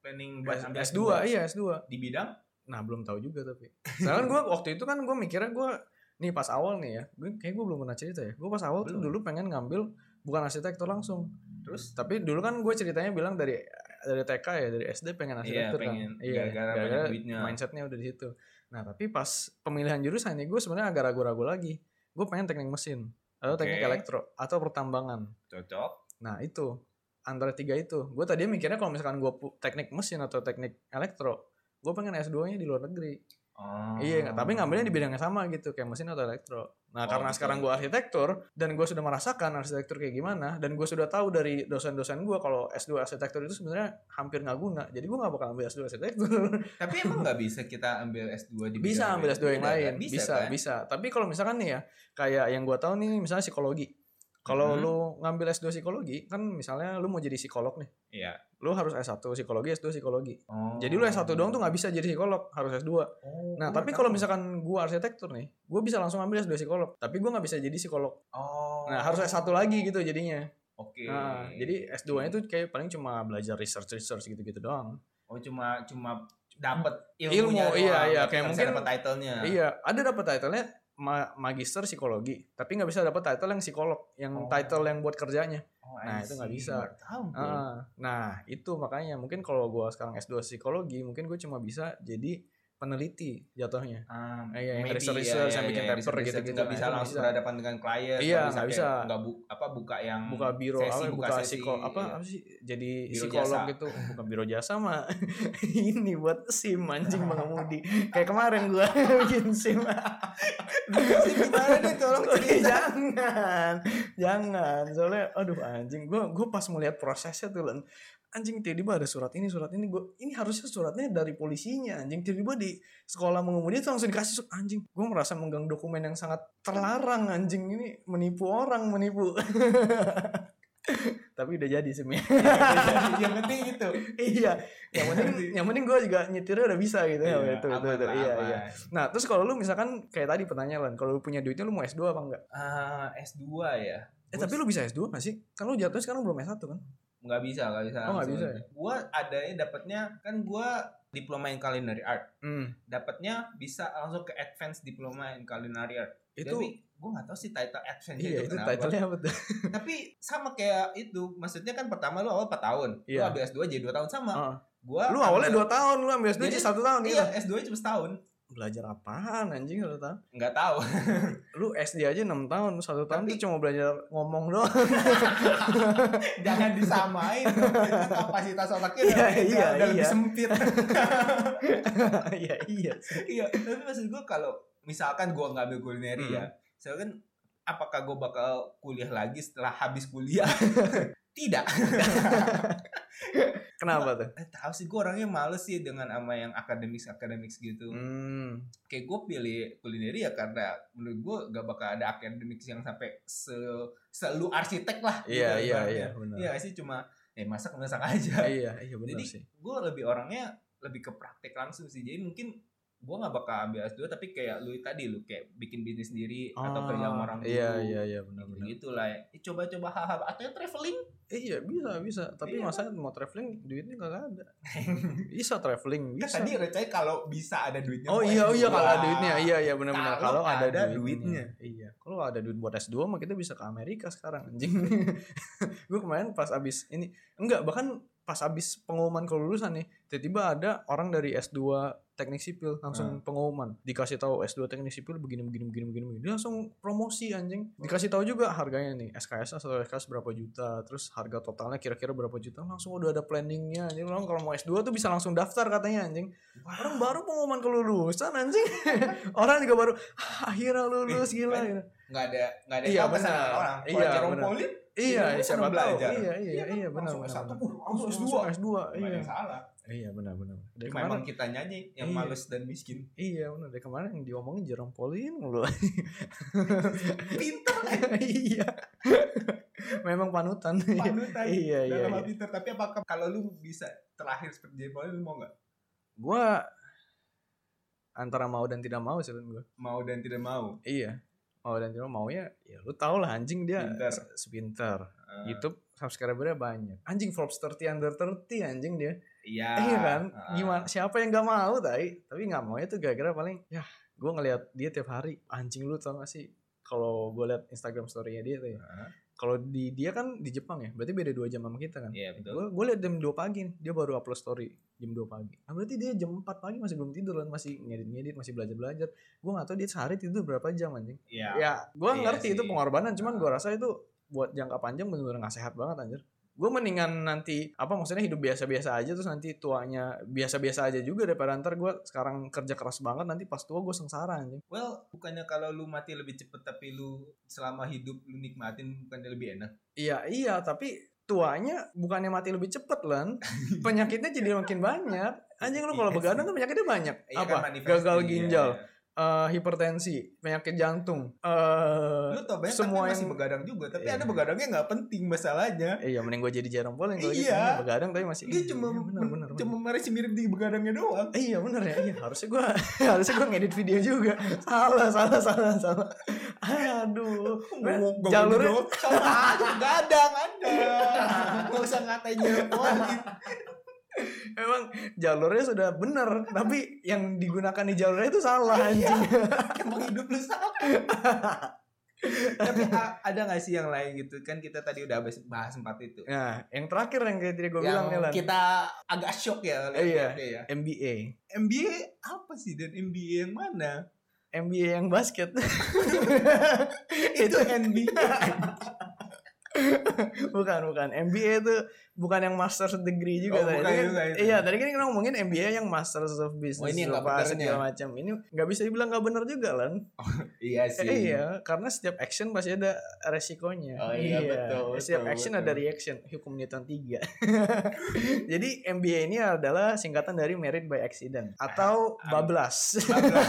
S1: planning buat
S2: S2,
S1: ambil
S2: iya S2
S1: Di bidang?
S2: Nah belum tahu juga tapi. Soalnya gue waktu itu kan gue mikirnya gue nih pas awal nih ya, gue kayak gue belum pernah cerita ya. Gue pas awal tuh
S1: Belum.
S2: dulu pengen ngambil bukan arsitektur langsung,
S1: Terus
S2: tapi dulu kan gue ceritanya bilang dari dari TK ya dari SD pengen
S1: Iya,
S2: arsitektur kan.
S1: pengen
S2: Iya,
S1: gara-gara banyak
S2: gara-gara
S1: duitnya.
S2: mindsetnya udah di situ. Nah tapi pas pemilihan jurusan nih gue sebenarnya agak ragu-ragu lagi. Gue pengen teknik mesin atau teknik
S1: Oke.
S2: elektro atau pertambangan.
S1: cocok.
S2: Nah itu antara tiga itu, gue tadinya mikirnya kalau misalkan gue teknik mesin atau teknik elektro, gue pengen S2-nya di luar negeri.
S1: Oh.
S2: Iya, nggak- tapi ngambilnya di bidang yang sama gitu, kayak mesin atau elektro.
S1: Oh,
S2: Nah, karena
S1: betul.
S2: sekarang gue arsitektur dan gue sudah merasakan arsitektur kayak gimana, dan gue sudah tahu dari dosen-dosen gue kalau S2 arsitektur itu sebenarnya hampir nggak guna. Jadi gue nggak bakal ambil S2 arsitektur.
S1: Tapi emang nggak bisa kita ambil S2 di bidang
S2: bisa ambil
S1: lain?
S2: S2 yang
S1: Beda,
S2: lain,
S1: kan?
S2: bisa,
S1: Bisa,
S2: bisa.
S1: kan?
S2: Tapi kalau misalkan nih ya, kayak yang gue tahu nih, misalnya psikologi. Kalau
S1: Mhm.
S2: lu ngambil S2 psikologi, kan misalnya lu mau jadi psikolog nih,
S1: Iya.
S2: lu harus S1 psikologi, S2 psikologi.
S1: Oh.
S2: Jadi lu S1 doang tuh nggak bisa jadi psikolog, harus S2.
S1: Oh,
S2: Nah,
S1: gua
S2: tapi
S1: tahu.
S2: kalau misalkan gua arsitektur nih, gua bisa langsung ambil S2 psikolog, tapi gua nggak bisa jadi psikolog.
S1: Oh.
S2: Nah, harus S1 lagi gitu jadinya.
S1: Oke.
S2: Nah, jadi S2-nya itu kayak paling cuma belajar research-research gitu-gitu doang.
S1: Oh cuma cuma dapat
S2: Ilmu,
S1: ilmunya
S2: iya,
S1: doang,
S2: iya,
S1: nggak
S2: kayak
S1: bisa
S2: mungkin-
S1: dapat title-nya.
S2: Iya, ada dapat title-nya ma- magister psikologi, tapi nggak bisa dapat title yang psikolog, yang
S1: Oh. Iya.
S2: title yang buat kerjanya.
S1: Oh,
S2: Nah,
S1: I
S2: itu nggak
S1: see.
S2: bisa.
S1: Nggak Tahu. gua.
S2: Ah, nah, itu makanya mungkin kalau gua sekarang S2 psikologi, mungkin gue cuma bisa jadi peneliti jatuhnya.
S1: Ah,
S2: Ah, iya, yang
S1: maybe, iya,
S2: research-
S1: iya,
S2: research, yang bikin
S1: iya,
S2: paper
S1: research-
S2: gitu-gitu.
S1: nggak
S2: Nah,
S1: bisa
S2: itu nggak
S1: langsung
S2: bisa.
S1: berhadapan dengan klien
S2: Iya, nggak
S1: kayak
S2: bisa.
S1: nggak bu- apa buka yang
S2: buka biro
S1: sesi,
S2: apa
S1: buka
S2: buka,
S1: sesi,
S2: psiko- apa
S1: iya.
S2: apa sih jadi
S1: Biro
S2: psikolog
S1: jasa.
S2: gitu Oh, bukan biro jasa mah ini buat sim anjing pengemudi kayak kemarin gua bikin
S1: Sih,
S2: sim
S1: gimana nih tolong
S2: Oke,
S1: cerita
S2: jangan jangan soalnya aduh anjing gua gua pas melihat prosesnya tuh Len. anjing tiba-tiba ada surat ini surat ini gua ini harusnya suratnya dari polisinya anjing tiba-tiba di sekolah mengemudi tuh langsung dikasih surat anjing gua merasa menggang dokumen yang sangat terlarang anjing ini menipu orang menipu tapi udah jadi sih Mi.
S1: yang penting gitu. itu
S2: iya yang penting yang penting gue juga nyetirnya udah bisa gitu ya itu itu,
S1: aman
S2: itu.
S1: lah,
S2: iya
S1: aman.
S2: iya nah terus kalau lu misalkan kayak tadi pertanyaan Lan, kalau lu punya duitnya lu mau S2 apa enggak
S1: Ah, S2 ya
S2: eh
S1: Gua
S2: tapi lu bisa S2 gak sih kan lu jatuhnya sekarang belum S1 kan
S1: nggak bisa nggak bisa
S2: Oh, nggak
S1: langsung.
S2: bisa ya?
S1: gua adanya dapatnya kan gua diploma in culinary art
S2: hmm.
S1: dapatnya bisa langsung ke advance diploma in culinary art
S2: itu
S1: Tapi gue gak tau sih title advance
S2: iya itu
S1: kenapa.
S2: titlenya apa tuh
S1: Tapi sama kayak itu Maksudnya kan pertama lu awal 4 tahun
S2: Iya.
S1: Lu ambil S2 jadi 2 tahun sama
S2: Heeh.
S1: gua
S2: lu awalnya
S1: ambil-
S2: 2 tahun lu ambil S2
S1: Jadi-
S2: aja 1 tahun
S1: Iya
S2: gitu
S1: S2 cuma setahun
S2: belajar apaan anjing 1 tahun
S1: Gak tahu
S2: lu SD aja 6 tahun 1 tahun
S1: Tapi-
S2: tuh cuma belajar ngomong doang
S1: Jangan disamain Kapasitas otaknya udah,
S2: Iya,
S1: udah-
S2: iya,
S1: udah lebih
S2: iya.
S1: sempit
S2: iya iya
S1: Iya Tapi maksud gue kalau Misalkan gua nggak ambil kulineri
S2: Hmm.
S1: ya Misalkan apakah gue bakal kuliah lagi setelah habis kuliah? Tidak.
S2: Kenapa tuh?
S1: Eh, Tahu sih gue orangnya males sih dengan sama yang akademis akademis gitu.
S2: Hmm.
S1: Kayak gue pilih kulineri ya karena menurut gue gak bakal ada akademis yang sampai se selu arsitek lah. gitu
S2: Iya iya
S1: ibaratnya.
S2: iya benar.
S1: Iya sih cuma eh masak masak aja.
S2: Iya iya benar
S1: Jadi
S2: sih.
S1: gue lebih orangnya lebih ke praktek langsung sih. Jadi mungkin gue gak bakal ambil S2 tapi kayak lu tadi lu kayak bikin bisnis sendiri atau kerja sama orang
S2: Iya
S1: dulu.
S2: iya iya benar
S1: Gitu,
S2: benar.
S1: lah ya. Eh, coba-coba hal-hal atau ya traveling.
S2: Eh, iya bisa bisa. Tapi
S1: Iya.
S2: masalahnya mau traveling duitnya kagak ada. Bisa traveling
S1: Kan
S2: bisa.
S1: tadi receh kalau bisa ada duitnya.
S2: Oh
S1: mau
S2: iya
S1: S2.
S2: iya kalau ada duitnya iya iya benar-benar
S1: Kalau
S2: kalau ada,
S1: ada
S2: duitnya. Iya. Kalau ada duit buat S2 mah kita bisa ke Amerika sekarang anjing. gue kemarin pas abis ini enggak bahkan pas abis pengumuman kelulusan nih tiba-tiba ada orang dari S2 teknik sipil langsung
S1: Hmm.
S2: pengumuman dikasih tahu S2 teknik sipil begini begini begini begini begini. dia langsung promosi anjing dikasih tahu juga harganya nih SKS atau SKS berapa juta terus harga totalnya kira-kira berapa juta langsung udah ada planningnya anjing orang kalau mau S2 tuh bisa langsung daftar katanya anjing Orang baru pengumuman kelulusan anjing. Orang juga baru "Ah, akhirnya lulus
S1: Eh,
S2: gila.
S1: kan.
S2: gitu.
S1: Nggak ada nggak ada
S2: Iya,
S1: yang tahu
S2: benar.
S1: kesana orang. Kalau
S2: Iya,
S1: Jerome
S2: benar.
S1: Pauline,
S2: Iya,
S1: Iya, kan
S2: siapa
S1: senang
S2: tahu.
S1: belajar.
S2: Iya, iya,
S1: Iya kan,
S2: iya benar
S1: langsung
S2: benar.
S1: S1,
S2: benar.
S1: uh, langsung S2.
S2: Langsung S2.
S1: nggak ada
S2: Iya.
S1: yang salah.
S2: Iya, benar benar. benar. Dari
S1: Memang
S2: kemarin-
S1: kita nyanyi yang
S2: Iya.
S1: males dan miskin.
S2: iya, benar. Dari kemarin yang diomongin Jerome Pauline mulu.
S1: Pinter
S2: Iya. Memang panutan. Iya.
S1: panutan.
S2: Iya, iya,
S1: Dalam hal
S2: iya.
S1: pinter. Tapi apakah kalau lu bisa terakhir seperti Jerome Pauline lu mau nggak?
S2: Gua antara mau dan tidak mau sih gua.
S1: Mau dan tidak mau.
S2: Iya. Mau dan tidak maunya ya lu tau lah anjing dia
S1: Pinter.
S2: se- sepinter.
S1: Eh,
S2: YouTube subscribernya banyak. Anjing Forbes 30 under 30 anjing dia.
S1: Iya.
S2: Iya kan?
S1: Ah.
S2: Gimana? Siapa yang nggak mau tai? Tapi nggak maunya tuh gara-gara paling ya gue ngelihat dia tiap hari anjing lu tau gak sih? Kalau gue lihat Instagram story-nya dia tuh ya.
S1: Ah,
S2: Kalau di dia kan di Jepang ya, berarti beda dua jam sama kita kan.
S1: Iya betul.
S2: Gue gue lihat jam 2 pagi nih, dia baru upload story jam 2 pagi. Nah, berarti dia jam 4 pagi masih belum tidur kan, masih ngedit-ngedit, masih belajar-belajar. Gue nggak tahu dia sehari tidur berapa jam anjing.
S1: Iya.
S2: Ya, Ah. gua
S1: Iya
S2: ngerti itu
S1: sih.
S2: pengorbanan, cuman gua rasa itu buat jangka panjang benar-benar nggak sehat banget anjir. Gue mendingan nanti apa maksudnya hidup biasa-biasa aja terus nanti tuanya biasa-biasa aja juga daripada ntar gue sekarang kerja keras banget nanti pas tua gue sengsara anjing.
S1: Well, bukannya kalau lu mati lebih cepet tapi lu selama hidup lu nikmatin bukannya lebih enak?
S2: Iya iya tapi tuanya bukannya mati lebih cepet lan penyakitnya jadi makin banyak anjing lu
S1: Iya
S2: kalau
S1: sih.
S2: begadang kan penyakitnya banyak
S1: Iya kan,
S2: apa
S1: manifesti,
S2: gagal
S1: iya,
S2: ginjal
S1: iya.
S2: eh, hipertensi penyakit jantung eh
S1: Lu tau banyak
S2: semua
S1: tapi masih
S2: yang-
S1: begadang juga, tapi
S2: Iya.
S1: ada begadangnya nggak penting masalahnya.
S2: iya mending gue jadi jarang poleng kalau gitu.
S1: Iya.
S2: begadang tapi masih
S1: Dia
S2: iya,
S1: cuma
S2: iya, benar,
S1: men-
S2: benar, benar.
S1: cuma merasa mirip di begadangnya doang.
S2: Eh, iya bener ya, iya harusnya gue harusnya gue ngedit video juga. Salah, salah, salah, salah. Aduh,
S1: Ngomong- ngomong
S2: jalurnya-
S1: doang, sama aja begadang anda. Gak usah ngatain "Oh, nyeleponin.
S2: emang jalurnya sudah bener, tapi yang digunakan di jalurnya itu salah anjing.
S1: Emang hidup lu sama. tapi a- ada nggak sih yang lain gitu kan kita tadi udah bahas- bahas empat itu.
S2: Nah, yang terakhir yang kayak tadi gue bilang nih
S1: yang
S2: Lan,
S1: kita agak shock ya lihat
S2: Iya.
S1: lihatnya ya.
S2: MBA,
S1: MBA apa sih dan MBA yang mana?
S2: MBA yang basket.
S1: Itu NBA.
S2: bukan, bukan. MBA itu bukan yang master's degree juga
S1: Oh,
S2: tadi.
S1: bukan,
S2: Tadi kan-
S1: bukan itu. Oh,
S2: Iya, tadi kan kita ngomongin MBA yang master's of business
S1: ini yang nggak
S2: apa
S1: benernya.
S2: segala macam. Ini nggak bisa dibilang nggak bener juga lan.
S1: iya
S2: Eh, iya, karena setiap action pasti ada resikonya. Eh,
S1: Oh, iya, betul,
S2: Setiap
S1: betul,
S2: action
S1: betul.
S2: ada reaction. Hukum Newton 3. Jadi MBA ini adalah singkatan dari Merit by Accident atau
S1: Ah,
S2: bablas.
S1: Bablas.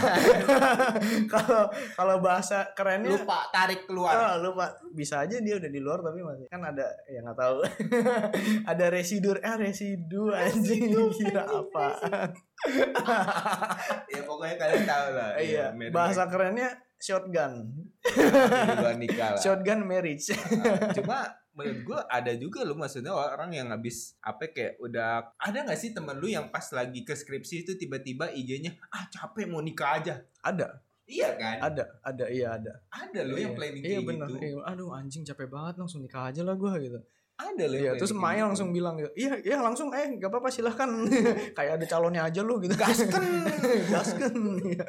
S2: Kalau kalau bahasa kerennya
S1: Lupa tarik keluar.
S2: Oh, lupa bisa aja dia udah di luar tapi masih kan ada ya nggak tahu ada residu eh residu anjing kira apa
S1: ya pokoknya kalian tahu lah.
S2: iya
S1: married
S2: bahasa kerennya shotgun
S1: life di luar nikah lah.
S2: shotgun marriage
S1: Ah, Cuma menurut gue ada juga lu maksudnya orang yang habis apa kayak udah ada nggak sih temen lu yang pas lagi ke skripsi itu tiba-tiba IG-nya ah capek mau nikah aja.
S2: ada
S1: Iya kan?
S2: ada ada iya ada
S1: Ada lo yang
S2: Iya.
S1: planning
S2: iya,
S1: kayak
S2: bener,
S1: gitu.
S2: iya. aduh anjing capek banget langsung nikah aja lah gue gitu
S1: Ada lo yang
S2: iya
S1: planning
S2: terus
S1: kayak
S2: Maya
S1: gitu.
S2: langsung bilang gitu iya iya langsung eh gak apa-apa silahkan kayak ada calonnya aja lu gitu
S1: gasken.
S2: gasken iya.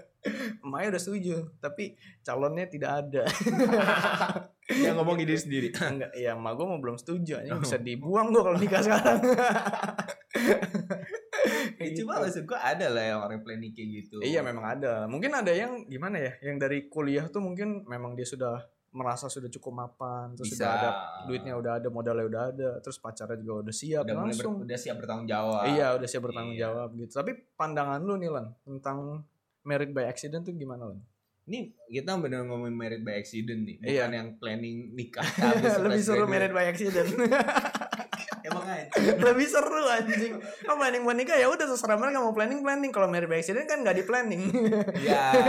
S2: Maya udah setuju tapi calonnya tidak ada
S1: yang ngomong ide sendiri.
S2: enggak iya emak gue mau belum setuju anjing bisa
S1: Oh.
S2: dibuang gue kalau nikah sekarang Gitu.
S1: Ya, cuma maksud gue ada lah yang orang planning kayak gitu.
S2: Iya memang ada. Mungkin ada yang gimana ya, yang dari kuliah tuh mungkin memang dia sudah merasa sudah cukup mapan terus
S1: bisa
S2: sudah ada duitnya udah ada modalnya udah ada terus pacarnya juga udah siap
S1: udah mulai ber-
S2: langsung
S1: udah siap bertanggung jawab
S2: iya udah siap bertanggung
S1: Iya.
S2: jawab gitu tapi pandangan lu nih lan tentang married by accident tuh gimana lan
S1: ini kita bener ngomongin married by accident nih bukan
S2: Iya.
S1: yang planning nikah
S2: lebih
S1: ya.
S2: seru married by accident
S1: emang aja
S2: lebih seru anjing oh planning buat nikah ya udah terserah mereka mau planning planning kalau married by accident kan nggak di planning
S1: ya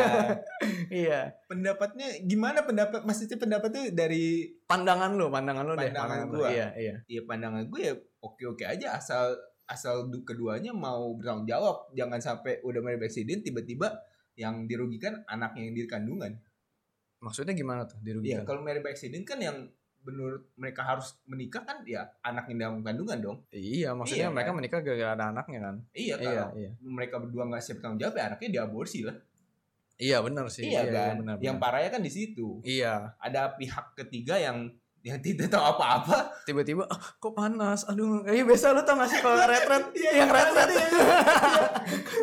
S2: iya
S1: pendapatnya gimana pendapat maksudnya pendapatnya dari
S2: pandangan lu pandangan lu deh
S1: Pandangan
S2: lu.
S1: gua.
S2: iya iya
S1: ya pandangan gue ya oke oke aja asal asal du- keduanya mau bertanggung jawab jangan sampai udah married by accident tiba-tiba yang dirugikan anaknya yang di kandungan
S2: maksudnya gimana tuh
S1: Iya,
S2: dirugikan
S1: kalau married by accident kan yang menurut mereka harus menikah kan ya anak yang dalam kandungan dong.
S2: iya maksudnya
S1: Iya,
S2: mereka
S1: kan?
S2: menikah gara-gara ada anaknya kan
S1: Iya,
S2: iya
S1: kalau
S2: iya
S1: mereka berdua nggak siap tanggung jawab ya anaknya diaborsi lah.
S2: iya benar sih
S1: iya, kan.
S2: benar,
S1: yang
S2: benar.
S1: parahnya kan di situ.
S2: iya
S1: Ada pihak ketiga yang yang tidak tahu apa-apa.
S2: tiba-tiba "Ah, kok panas aduh kayak biasa lu tau gak sih kalau retret
S1: Iya,
S2: yang retret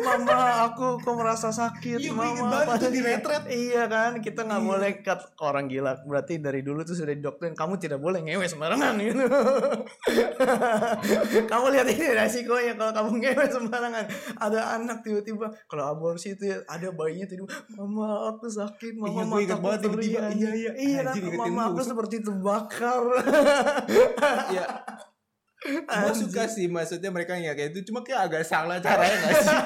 S2: mama aku kok merasa sakit
S1: Iya, gue
S2: mama
S1: inget banget
S2: panas."
S1: tuh di retret.
S2: iya kan kita nggak
S1: Iya.
S2: boleh kat orang gila berarti dari dulu tuh sudah didoktrin kamu tidak boleh ngewe sembarangan gitu kamu lihat ini resikonya kalau kamu ngewe sembarangan ada anak tiba-tiba kalau aborsi itu ya, ada bayinya tiba mama aku sakit
S1: Iya,
S2: mama
S1: gue inget
S2: mataku
S1: banget tiba-tiba.
S2: perih,
S1: Iya,
S2: anjing."
S1: iya.
S2: iya kan
S1: Anjing, ingetin
S2: mama
S1: lu.
S2: aku seperti terbakar
S1: ya. Gue suka sih maksudnya mereka yang kayak itu cuma kayak agak salah caranya nggak sih?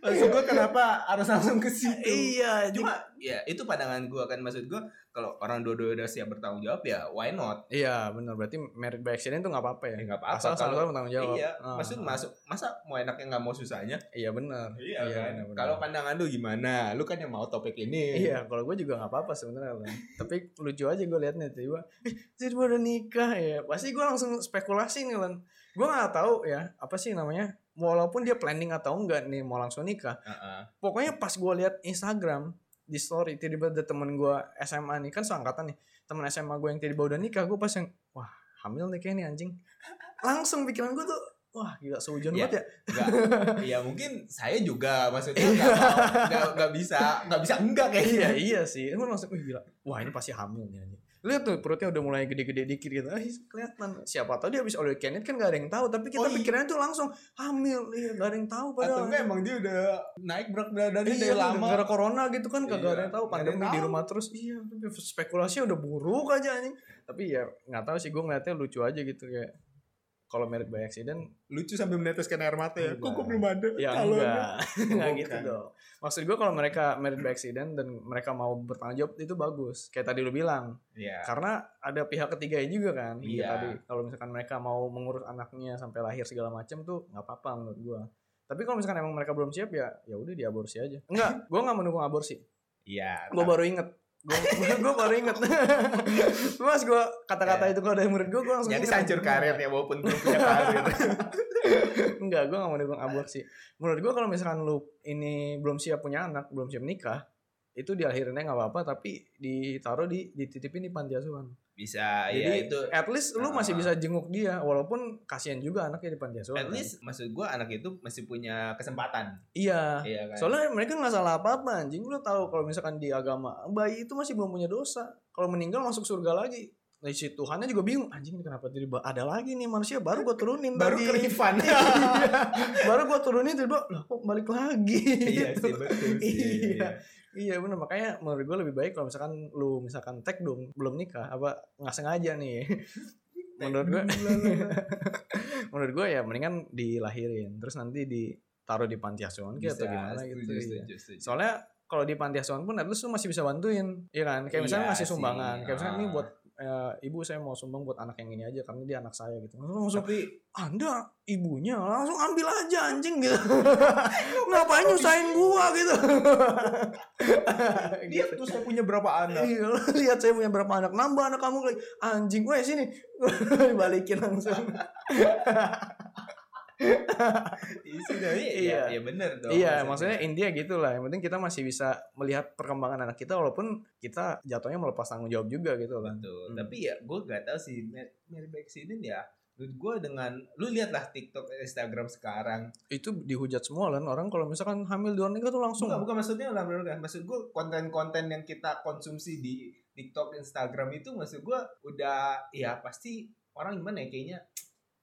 S1: Maksud gue kenapa harus langsung ke situ?
S2: Iya,
S1: Cuma ya itu pandangan gue kan maksud gue kalau orang dua-dua udah siap bertanggung jawab ya why not?
S2: Iya, benar. Berarti merit by accident tuh nggak apa-apa ya.
S1: Ya nggak apa-apa
S2: Asal
S1: kalau-
S2: sama-sama bertanggung jawab.
S1: Iya,
S2: Ah,
S1: maksud
S2: ah.
S1: masuk masa mau enaknya nggak mau susahnya?
S2: Iya benar.
S1: kan?
S2: benar, benar.
S1: Kalau pandangan lu gimana? Lu kan yang mau topik ini.
S2: Iya, kalau gue juga nggak apa-apa sebenarnya. Lan. Tapi lucu aja gue liatnya tiba, eh, tiba udah nikah ya. Pasti gue langsung spekulasi nih lan. Gue nggak tahu ya apa sih namanya. Walaupun dia planning atau enggak nih mau langsung nikah.
S1: Heeh.
S2: Pokoknya pas gue liat Instagram di story tiba-tiba ada temen gue SMA nih kan seangkatan nih temen SMA gue yang tiba-tiba udah nikah gue pas yang wah hamil nih kayaknya nih anjing langsung pikiran gue tuh wah gila sehujan
S1: Iya.
S2: banget ya
S1: Nggak, ya mungkin saya juga maksudnya nggak mau- nggak nggak bisa nggak bisa enggak kayak gitu.
S2: iya iya sih gue langsung wih gila wah ini pasti hamil nih anjing lihat tuh perutnya udah mulai gede-gede dikit gitu ah kelihatan siapa tahu dia habis oleh Kenneth kan gak ada yang tahu tapi kita
S1: Oh, iya.
S2: pikirannya tuh langsung hamil iya gak ada yang tahu
S1: Atau
S2: padahal
S1: enggak emang dia udah naik berat badannya dari
S2: Iya,
S1: lama.
S2: gara corona gitu kan kagak
S1: Iya,
S2: ada yang tahu
S1: nggak ada yang
S2: pandemi di
S1: tahu.
S2: rumah terus. Iya, tapi spekulasinya udah buruk aja anjing. Tapi ya nggak tahu sih gue ngeliatnya lucu aja gitu kayak kalau merit by accident
S1: Lucu sambil meneteskan air mata ya. Kok
S2: Enggak.
S1: gue belum ada?
S2: ya
S1: Kalau
S2: enggak enggak gitu
S1: Bukan.
S2: dong maksud gue kalau mereka merit by accident dan mereka mau bertanggung jawab itu bagus kayak tadi lu bilang
S1: Iya.
S2: karena ada pihak ketiga juga kan Iya
S1: Iya.
S2: tadi kalau misalkan mereka mau mengurus anaknya sampai lahir segala macam tuh nggak apa-apa menurut gua tapi kalau misalkan emang mereka belum siap ya ya udah diaborsi aja enggak gua nggak mendukung aborsi
S1: Iya.
S2: gua baru inget gua, gua, gua baru inget mas gua kata-kata itu kalau dari murid gua gua langsung
S1: Iya. Jadi
S2: inget.
S1: hancur karirnya walaupun belum punya karir.
S2: enggak gua nggak mendukung aborsi menurut gua kalau misalkan lu ini belum siap punya anak belum siap nikah itu diakhirinnya nggak apa-apa tapi ditaruh di dititipin di panti asuhan
S1: Bisa ya
S2: Jadi
S1: itu
S2: at least lu masih
S1: Ah.
S2: bisa jenguk dia walaupun kasihan juga anaknya di panti asuhan.
S1: at
S2: kan.
S1: least maksud gue anak itu masih punya kesempatan.
S2: Iya.
S1: Iya kan.
S2: Soalnya mereka nggak salah apa-apa anjing. Lu tahu kalau misalkan di agama bayi itu masih belum punya dosa. Kalau meninggal masuk surga lagi. Nah, si Tuhannya juga bingung anjing ini kenapa jadi ba- ada lagi nih manusia baru gua turunin
S1: baru
S2: tadi.
S1: kerifan.
S2: Iya. baru gua turunin tiba lah kok balik lagi.
S1: iya
S2: Gitu.
S1: sih betul sih.
S2: Iya. Iya bener makanya menurut gue lebih baik kalau misalkan lu misalkan tag dong belum nikah apa nggak sengaja nih menurut gue menurut gue ya mendingan dilahirin terus nanti ditaruh di panti asuhan kayak atau gimana gitu
S1: setuju,
S2: iya.
S1: setuju, setuju.
S2: soalnya kalau di panti asuhan pun at least lu masih bisa bantuin iya kan kayak
S1: Iya
S2: misalnya ngasih
S1: sih,
S2: sumbangan kayak misalnya ini
S1: ah.
S2: buat eh, ibu saya mau sumbang buat anak yang ini aja karena dia anak saya gitu langsung
S1: tapi
S2: anda ibunya langsung ambil aja anjing gitu ngapain nyusahin gua gitu
S1: dia tuh saya punya berapa anak?
S2: Iya, lihat saya punya berapa anak nambah anak kamu lagi anjing gue sini dibalikin
S1: Ah,
S2: langsung
S1: Isi dari
S2: Iya.
S1: ya, ya bener dong.
S2: iya maksudnya intinya gitulah yang penting kita masih bisa melihat perkembangan anak kita walaupun kita jatuhnya melepas tanggung jawab juga gitu kan
S1: betul.
S2: Hmm.
S1: Tapi ya gue gak tahu sih Mer- Mary Beck Sinin ya. Menurut gue dengan lu lihatlah TikTok Instagram sekarang.
S2: itu dihujat semua kan orang kalau misalkan hamil di luar nikah tuh langsung
S1: Bukan, bukan maksudnya lah bener kan. Maksud gue konten-konten yang kita konsumsi di TikTok, Instagram itu maksud gue udah ya pasti orang gimana ya kayaknya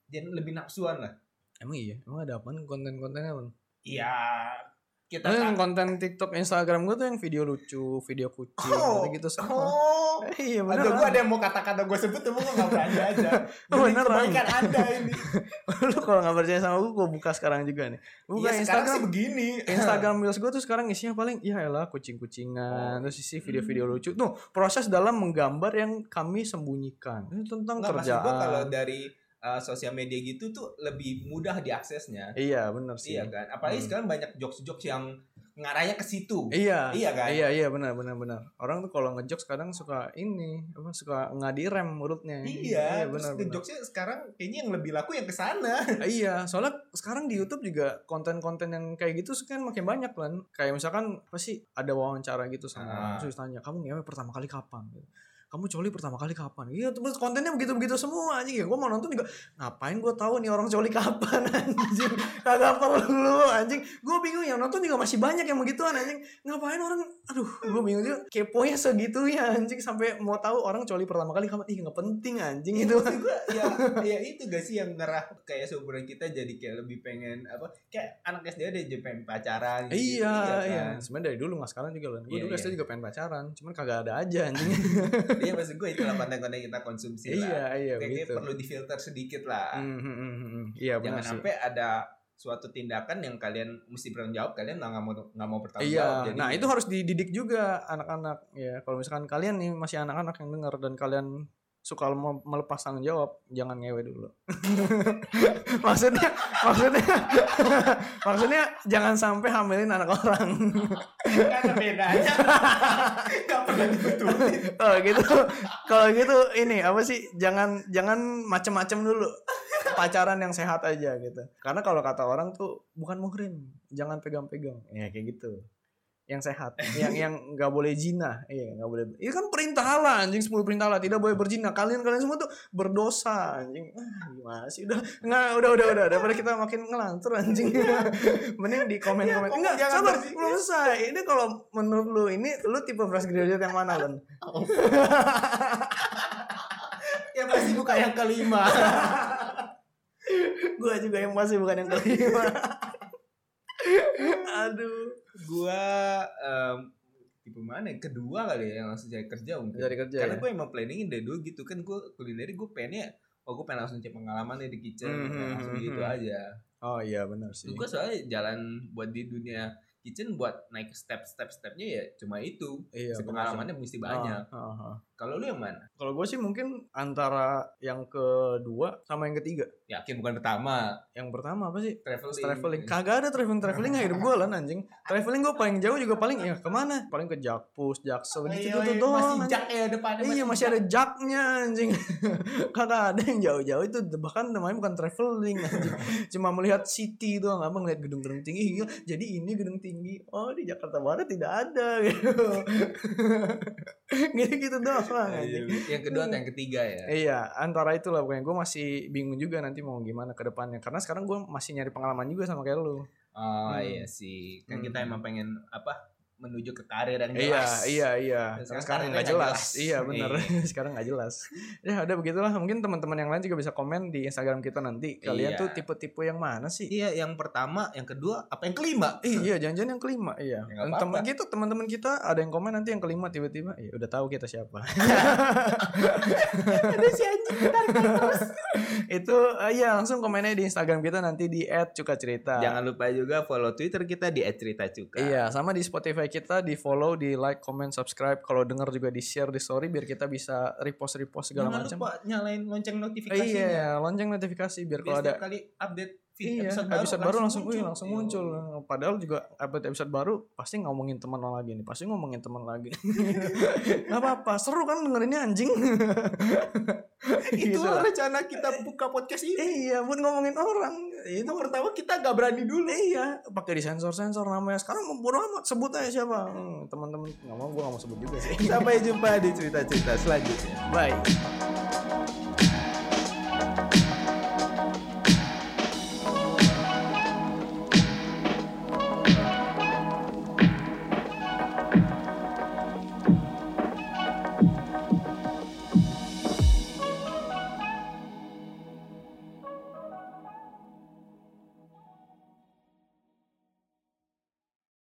S1: jadi lebih nafsuan lah.
S2: Emang iya, emang ada apaan konten-kontennya bang?
S1: Iya kita
S2: Lu yang
S1: kan-
S2: konten TikTok Instagram gue tuh yang video lucu, video kucing,
S1: Oh,
S2: gitu, -gitu semua.
S1: oh.
S2: Eh, iya bener.
S1: Atau gue ada yang mau kata-kata gue sebut, tapi gue gak berani aja. Jadi
S2: Oh, Beneran.
S1: kebaikan anda ini.
S2: Lu kalau nggak percaya sama gue, gue buka sekarang juga nih.
S1: Iya
S2: Buka
S1: sekarang
S2: Instagram.
S1: sih begini.
S2: Instagram Reels gue tuh sekarang isinya paling ya elah kucing-kucingan terus isi
S1: Hmm.
S2: video-video lucu tuh proses dalam menggambar yang kami sembunyikan itu tentang
S1: Nggak, maksud
S2: kerjaan
S1: gue kalau dari uh, sosial media gitu tuh lebih mudah diaksesnya.
S2: iya bener sih
S1: Iya kan? Apalagi
S2: Hmm.
S1: sekarang banyak jokes-jokes yang ngarahnya ke situ.
S2: iya
S1: Iya kan?
S2: iya iya benar benar benar orang tuh kalau ngejokes kadang suka ini apa suka nggak direm mulutnya
S1: Iya,
S2: benar
S1: terus
S2: benar.
S1: jokesnya sekarang kayaknya yang lebih laku yang ke sana.
S2: Ah, iya, soalnya sekarang di YouTube juga konten-konten yang kayak gitu kan makin banyak kan. Kayak misalkan apa sih ada wawancara gitu sama orang,
S1: Ah.
S2: terus tanya kamu ngewe pertama kali kapan? Gitu. Kamu coli pertama kali kapan? Iya, terus kontennya begitu-begitu semua anjing. Ya, gue mau nonton juga ngapain gue tahu nih orang coli kapan anjing? Kagak perlu anjing. Gue bingung yang nonton juga masih banyak yang begituan anjing. Ngapain orang aduh, gue bingung juga keponya segitu ya anjing sampai mau tahu orang coli pertama kali kapan. Ih, nggak penting anjing itu.
S1: Maksud gua, ya, ya itu gak sih yang ngerah kayak seumuran kita jadi kayak lebih pengen apa? Kayak anak SD ada jadi pengen pacaran. gitu,
S2: Iya, iya.
S1: kan?
S2: Sebenarnya dari dulu nggak sekarang juga loh. Gue
S1: Iya,
S2: dulu
S1: iya.
S2: SD juga pengen pacaran, cuman kagak ada aja anjing.
S1: Iya maksud gue itulah konten-konten yang kita konsumsi lah.
S2: iya, iya
S1: Kayaknya
S2: begitu.
S1: perlu difilter sedikit lah.
S2: Hmm, hmm, hmm, hmm, hmm. Iya benar
S1: Jangan
S2: sih.
S1: sampai ada suatu tindakan yang kalian mesti bertanggung jawab kalian nggak mau nggak mau bertanggung jawab.
S2: Iya,
S1: Jadi-
S2: nah itu harus dididik juga anak-anak ya. Kalau misalkan kalian nih masih anak-anak yang dengar dan kalian suka mem- melepas tanggung jawab, jangan ngewe dulu. maksudnya, maksudnya, maksudnya jangan sampai hamilin anak orang.
S1: kan ada bedanya. Nggak pernah dibetulin.
S2: Kalau gitu, kalau gitu ini apa sih? Jangan jangan macem-macem dulu. Pacaran yang sehat aja gitu. Karena kalau kata orang tuh bukan muhrim, jangan pegang-pegang. Ya kayak gitu. Yang sehat, yang yang nggak boleh zina. Iya, nggak boleh. Itu kan perintah Allah anjing 10 perintah Allah tidak boleh berzina. Kalian kalian semua tuh berdosa anjing. Ah, gimana sih udah nggak udah udah udah daripada kita makin ngelantur anjing. Mending di komen-komen.
S1: Iya, kok
S2: Enggak,
S1: jangan
S2: sabar,
S1: berzina.
S2: belum selesai. Ini kalau menurut lu ini lu tipe fresh graduate yang mana, Lan?
S1: Ya pasti buka yang kelima.
S2: gue juga yang masih bukan yang kelima aduh
S1: gua em, tipe mana? ya? Kedua kali ya yang langsung cari kerja mungkin.
S2: dari kerja
S1: Karena
S2: ya?
S1: gue emang planningin dari dulu gitu kan gue kulineri gue pengennya oh gue pengen langsung cari pengalaman nih di kitchen
S2: Mhm,
S1: pengen langsung
S2: mhm.
S1: gitu aja.
S2: oh iya benar sih
S1: Gue soalnya jalan buat di dunia kitchen buat naik step-step-stepnya ya cuma itu.
S2: iya
S1: Si
S2: benar sih.
S1: pengalamannya mesti banyak.
S2: Ah, ah, ah.
S1: Kalau lu yang mana?
S2: kalau gue sih mungkin antara yang kedua sama yang ketiga
S1: Yakin bukan pertama.
S2: yang pertama apa sih
S1: Traveling.
S2: traveling kagak ada traveling traveling nggak hidup gue lah anjing traveling gue paling jauh juga paling ya kemana paling ke Jakpus Jaksel
S1: Oh, iya,
S2: gitu gitu
S1: Masih
S2: doang anjing.
S1: jak ya depannya.
S2: Iya masih ada jaknya anjing Karena ada yang jauh-jauh itu Bahkan namanya bukan traveling anjing Cuma melihat city doang Apa ngeliat gedung-gedung tinggi Iya, Jadi ini gedung tinggi Oh di Jakarta Barat tidak ada gitu Gitu-gitu doang anjing
S1: Iya, Yang kedua atau yang ketiga ya.
S2: Iya, antara itulah pokoknya gue masih bingung juga nanti mau gimana ke depannya. Karena sekarang gue masih nyari pengalaman juga sama kayak lu.
S1: Oh
S2: Hmm.
S1: iya sih, kan kita
S2: Hmm.
S1: emang pengen apa menuju ke karir yang
S2: Iya,
S1: jelas.
S2: iya, iya.
S1: Dan
S2: Karena
S1: sekarang
S2: sekarang
S1: karirnya
S2: nggak
S1: nggak
S2: jelas.
S1: jelas.
S2: Iya, benar.
S1: Iya.
S2: sekarang nggak jelas. Ya, udah begitulah. Mungkin teman-teman yang lain juga bisa komen di Instagram kita nanti. Kalian
S1: Iya.
S2: tuh tipe-tipe yang mana sih?
S1: Iya, yang pertama, yang kedua, apa yang kelima?
S2: Ih, iya, jangan-jangan yang kelima. Iya.
S1: Ya, nggak
S2: Temen
S1: apa-apa.
S2: gitu teman-teman kita ada yang komen nanti yang kelima tiba-tiba. Ya, udah tahu kita siapa.
S1: Ada si anjing
S2: Itu eh, iya, langsung komennya di Instagram kita nanti di @cukacerita.
S1: Jangan lupa juga follow Twitter kita di @ceritacuka.
S2: Iya, sama di Spotify kita di follow, di like, comment, subscribe. Kalau denger juga di share di story biar kita bisa repost repost segala
S1: Jangan
S2: macam.
S1: lupa nyalain lonceng
S2: Eh,
S1: notifikasinya.
S2: Iya, lonceng notifikasi
S1: Biar
S2: biar kalau ada
S1: setiap kali update feed
S2: iya,
S1: episode,
S2: baru, baru langsung, wih,
S1: muncul.
S2: langsung muncul. Padahal juga episode episode baru pasti ngomongin teman lo lagi nih, pasti ngomongin teman lagi. Gak apa-apa, seru kan dengerinnya anjing.
S1: Itu
S2: Gitu lah.
S1: rencana kita buka podcast ini.
S2: iya, buat ngomongin orang. Itu
S1: Itu pertama kita gak berani dulu.
S2: iya, pakai disensor-sensor namanya. Sekarang mau bodo amat sebut aja siapa. Hmm, teman-teman nggak mau, gua nggak mau sebut juga sih.
S1: Sampai jumpa di cerita-cerita selanjutnya.
S2: Bye.